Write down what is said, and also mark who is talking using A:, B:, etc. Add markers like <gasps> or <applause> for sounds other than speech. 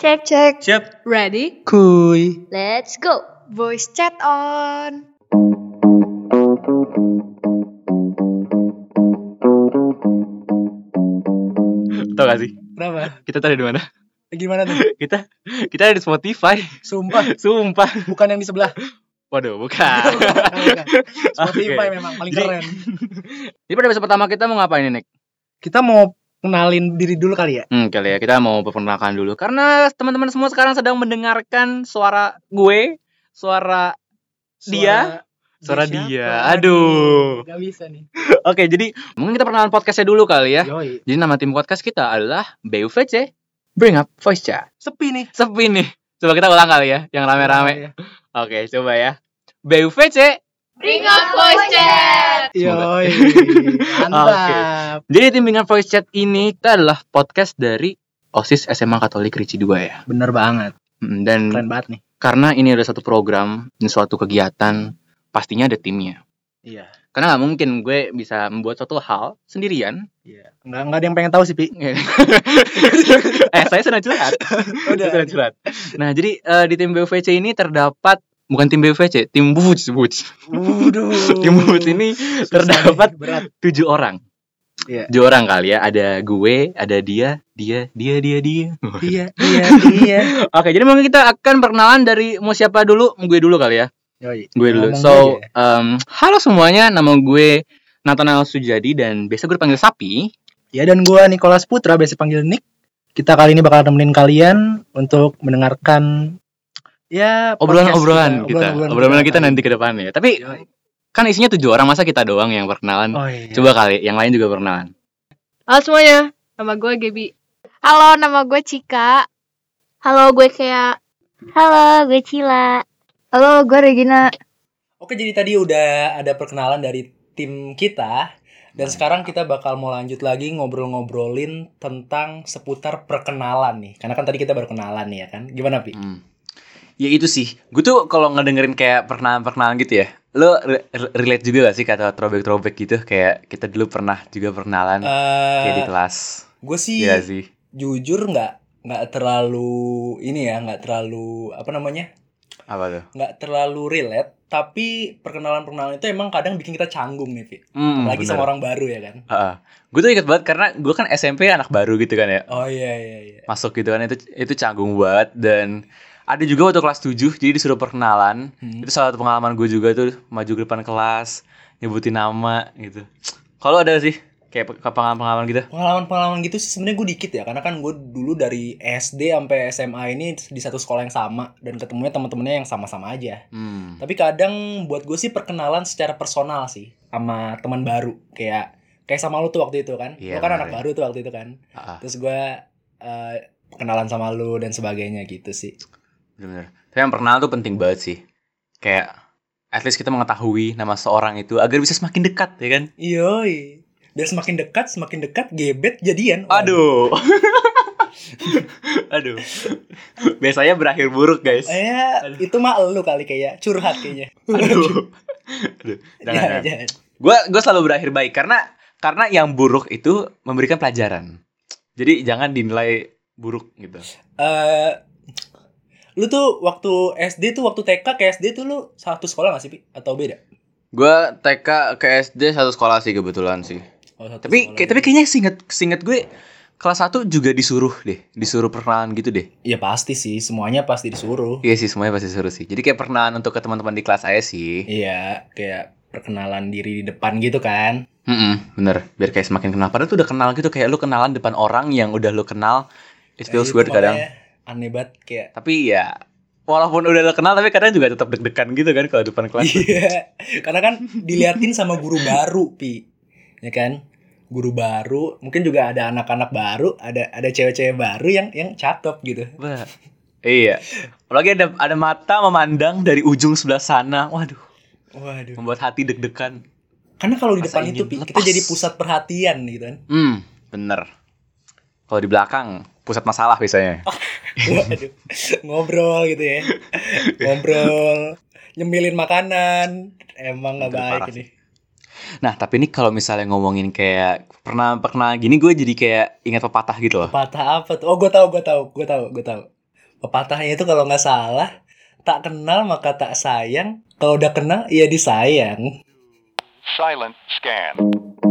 A: Cek
B: Cek.
C: Siap,
A: Ready?
C: kuy.
A: Let's go.
B: Voice chat on.
C: Tau gak sih?
D: Kenapa?
C: Kita tadi di mana? <laughs>
D: Gimana tuh?
C: Kita kita ada di Spotify.
D: Sumpah,
C: Sumpah.
D: bukan yang di sebelah.
C: Waduh, bukan.
D: Bukan. Spotify
C: Oke.
D: memang paling
C: Jadi-
D: keren.
C: <laughs> Jadi pada episode pertama kita mau ngapain nih, Nek?
D: Kita mau kenalin diri dulu kali ya.
C: Hmm, kali ya kita mau perkenalkan dulu karena teman-teman semua sekarang sedang mendengarkan suara gue, suara <laughs> Dia? Suara dia.
D: siapa?
C: Aduh.
D: Gak bisa nih.
C: Oke, jadi mungkin kita perkenalan podcastnya dulu kali ya.
D: Yoi.
C: Jadi nama tim podcast kita adalah BUVC Bring Up Voice Chat.
D: Sepi nih. Iya.
C: Sepi nih. Coba kita ulang kali ya, yang rame-rame. Oke, coba ya. BUVC
A: Bring up voice chat.
D: Yoi.
C: Oke.
D: Mantap.
C: Jadi bimbingan voice chat ini kita adalah podcast dari OSIS SMA Katolik Ricci 2 ya.
D: Bener banget.
C: Mm, Dan
D: Keren banget nih.
C: karena ini ada satu program, ini suatu kegiatan, pastinya ada timnya.
D: Iya.
C: Karena nggak mungkin gue bisa membuat suatu hal sendirian. <laughs>
D: Iya. Nggak, nggak ada yang pengen tahu sih, Pi.
C: eh, saya sedang
D: <laughs>
C: curhat. Saya sedang curhat. Nah, jadi eh, di tim BUVC ini terdapat bukan tim BUVC, tim Buvuc, Buvuc.
D: Waduh.
C: Tim Buvuc ini
D: Susah
C: terdapat-
D: nih, berat.
C: tujuh orang.
D: Iya.
C: Tujuh orang kali ya, ada gue, ada dia, dia, dia, dia, dia.
D: Iya, iya, iya.
C: Oke, jadi mungkin kita akan perkenalan dari mau siapa dulu? Gue dulu kali ya.
D: Yoi.
C: Gue dulu.
D: Ngomong ya.
C: So,
D: aja.
C: um, halo semuanya, nama gue Nathanael Sujadi dan biasa gue dipanggil Sapi.
D: Ya dan gua Nicholas Putra biasa panggil Nick. Kita kali ini bakal nemenin kalian untuk mendengarkan ya
C: Obrolan-obrolan kita, obrolan-obrolan kita nanti ke depannya. Tapi
D: Yoi.
C: kan isinya tujuh orang, masa kita doang yang perkenalan?
D: Oh, iya.
C: Coba kali, yang lain juga perkenalan.
A: Halo semuanya. Nama gue Gaby.
B: Halo, nama gue Cika.
A: Halo gue Kea.
E: Halo, gue Cila.
B: Halo, gue Regina.
D: Oke, jadi tadi udah ada perkenalan dari tim kita dan sekarang kita bakal mau lanjut lagi ngobrol-ngobrolin tentang seputar perkenalan nih. Karena kan tadi kita baru kenalan nih ya kan. Gimana,
C: Hmm.
D: Pi?
F: Ya itu sih, gue tuh kalau ngedengerin kayak perkenalan-perkenalan gitu ya Lo re- re- relate juga gak sih kata throwback-throwback gitu Kayak kita dulu pernah juga perkenalan kayak di
C: gitu.
D: Eh,
F: kelas
D: gue sih
F: Iya sih
D: jujur nggak nggak terlalu ini ya, nggak terlalu apa namanya?
F: Apa tuh?
D: nggak terlalu relate tapi perkenalan-perkenalan itu emang kadang bikin kita canggung nih Pi.
F: Hmm,
D: Apalagi sama orang baru ya kan
F: Gue tuh inget banget karena gue kan SMP anak baru gitu kan ya
D: oh iya iya iya
F: Masuk gitu kan itu, itu canggung banget Dan ada juga waktu kelas 7 jadi disuruh perkenalan
D: Hmm.
F: Itu salah satu pengalaman gue juga tuh maju ke depan kelas Nyebutin nama gitu Kalau ada sih kayak pe- pengalaman-pengalaman gitu
D: pengalaman-pengalaman gitu sih sebenarnya gue dikit ya karena kan gue dulu dari SD sampai SMA ini di satu sekolah yang sama dan ketemunya teman-temannya yang sama-sama aja
F: Hmm.
D: tapi kadang buat gue sih perkenalan secara personal sih sama teman baru kayak kayak sama lu tuh waktu itu kan lu
F: Iya,
D: kan
F: benar
D: anak
F: ya.
D: baru tuh waktu itu kan
F: Ah, ah.
D: terus gue eh, kenalan sama lu dan sebagainya gitu sih
F: Bener-bener. Tapi yang perkenalan tuh penting banget sih. Kayak at least kita mengetahui nama seorang itu agar bisa semakin dekat, ya kan?
D: Yoi. Biar semakin dekat, semakin dekat, gebet, jadian. Waduh.
F: Aduh. <laughs> Aduh. Biasanya berakhir buruk, guys.
D: Eh,
F: Aduh.
D: itu mah elu kali kayak ya. curhat kayaknya.
F: Aduh. Aduh. <gasps> Jangan,
D: Jangan,
F: jangan.
D: jangan.
F: Gue gue selalu berakhir baik karena karena yang buruk itu memberikan pelajaran. Jadi jangan dinilai buruk gitu.
D: Eh, lu tuh waktu SD tuh waktu TK ke SD tuh lu satu sekolah gak sih, Pi? Atau beda?
F: Gue TK ke SD satu sekolah sih kebetulan sih.
D: Oh, satu
F: Tapi
D: sekolah
F: kayak-
D: beda.
F: tapi kayaknya singet singet gue kelas 1 juga disuruh deh, disuruh perkenalan gitu deh.
D: ya pasti sih, semuanya pasti disuruh.
F: Iya sih semuanya pasti seru sih. Jadi kayak perkenalan untuk ke teman-teman di kelas saya sih.
D: Iya, kayak perkenalan diri di depan gitu kan.
F: Mm-mm, bener. Biar kayak semakin kenal. Padahal tuh udah kenal gitu kayak lu kenalan depan orang yang udah lu kenal. It
D: Eh,
F: feels
D: itu
F: weird kadang.
D: makanya Aneh banget kayak
F: Tapi ya walaupun udah lu kenal tapi kadang juga tetap deg-degan gitu kan kalau depan kelas.
D: Iya, <laughs> karena kan diliatin sama guru baru, Pi. Ya kan? Guru baru, mungkin juga ada anak-anak baru, ada ada cewek-cewek baru yang yang cakep gitu.
F: Wah. iya. Apalagi ada ada mata memandang dari ujung sebelah sana. Waduh,
D: Waduh.
F: membuat hati deg-degan.
D: Karena kalau di depan
F: Rasa
D: itu,
F: ingin
D: Pi,
F: lepas.
D: kita jadi pusat perhatian gitu kan. <laughs>
F: Hmm, bener. Kalau di belakang pusat masalah biasanya.
D: Waduh. Ngobrol gitu ya. Ngobrol, nyemilin makanan. Emang nggak
F: Itu
D: baik
F: parah
D: ini.
F: Nah, tapi ini kalau misalnya ngomongin kayak pernah pernah gini gue jadi kayak ingat pepatah gitu loh.
D: Patah apa tuh? Oh, gue tahu, gue tahu, gue tahu, gue tahu. Pepatahnya itu kalau nggak salah, tak kenal maka tak iya sayang. Kalau udah kenal, ya disayang.
G: Silent scan.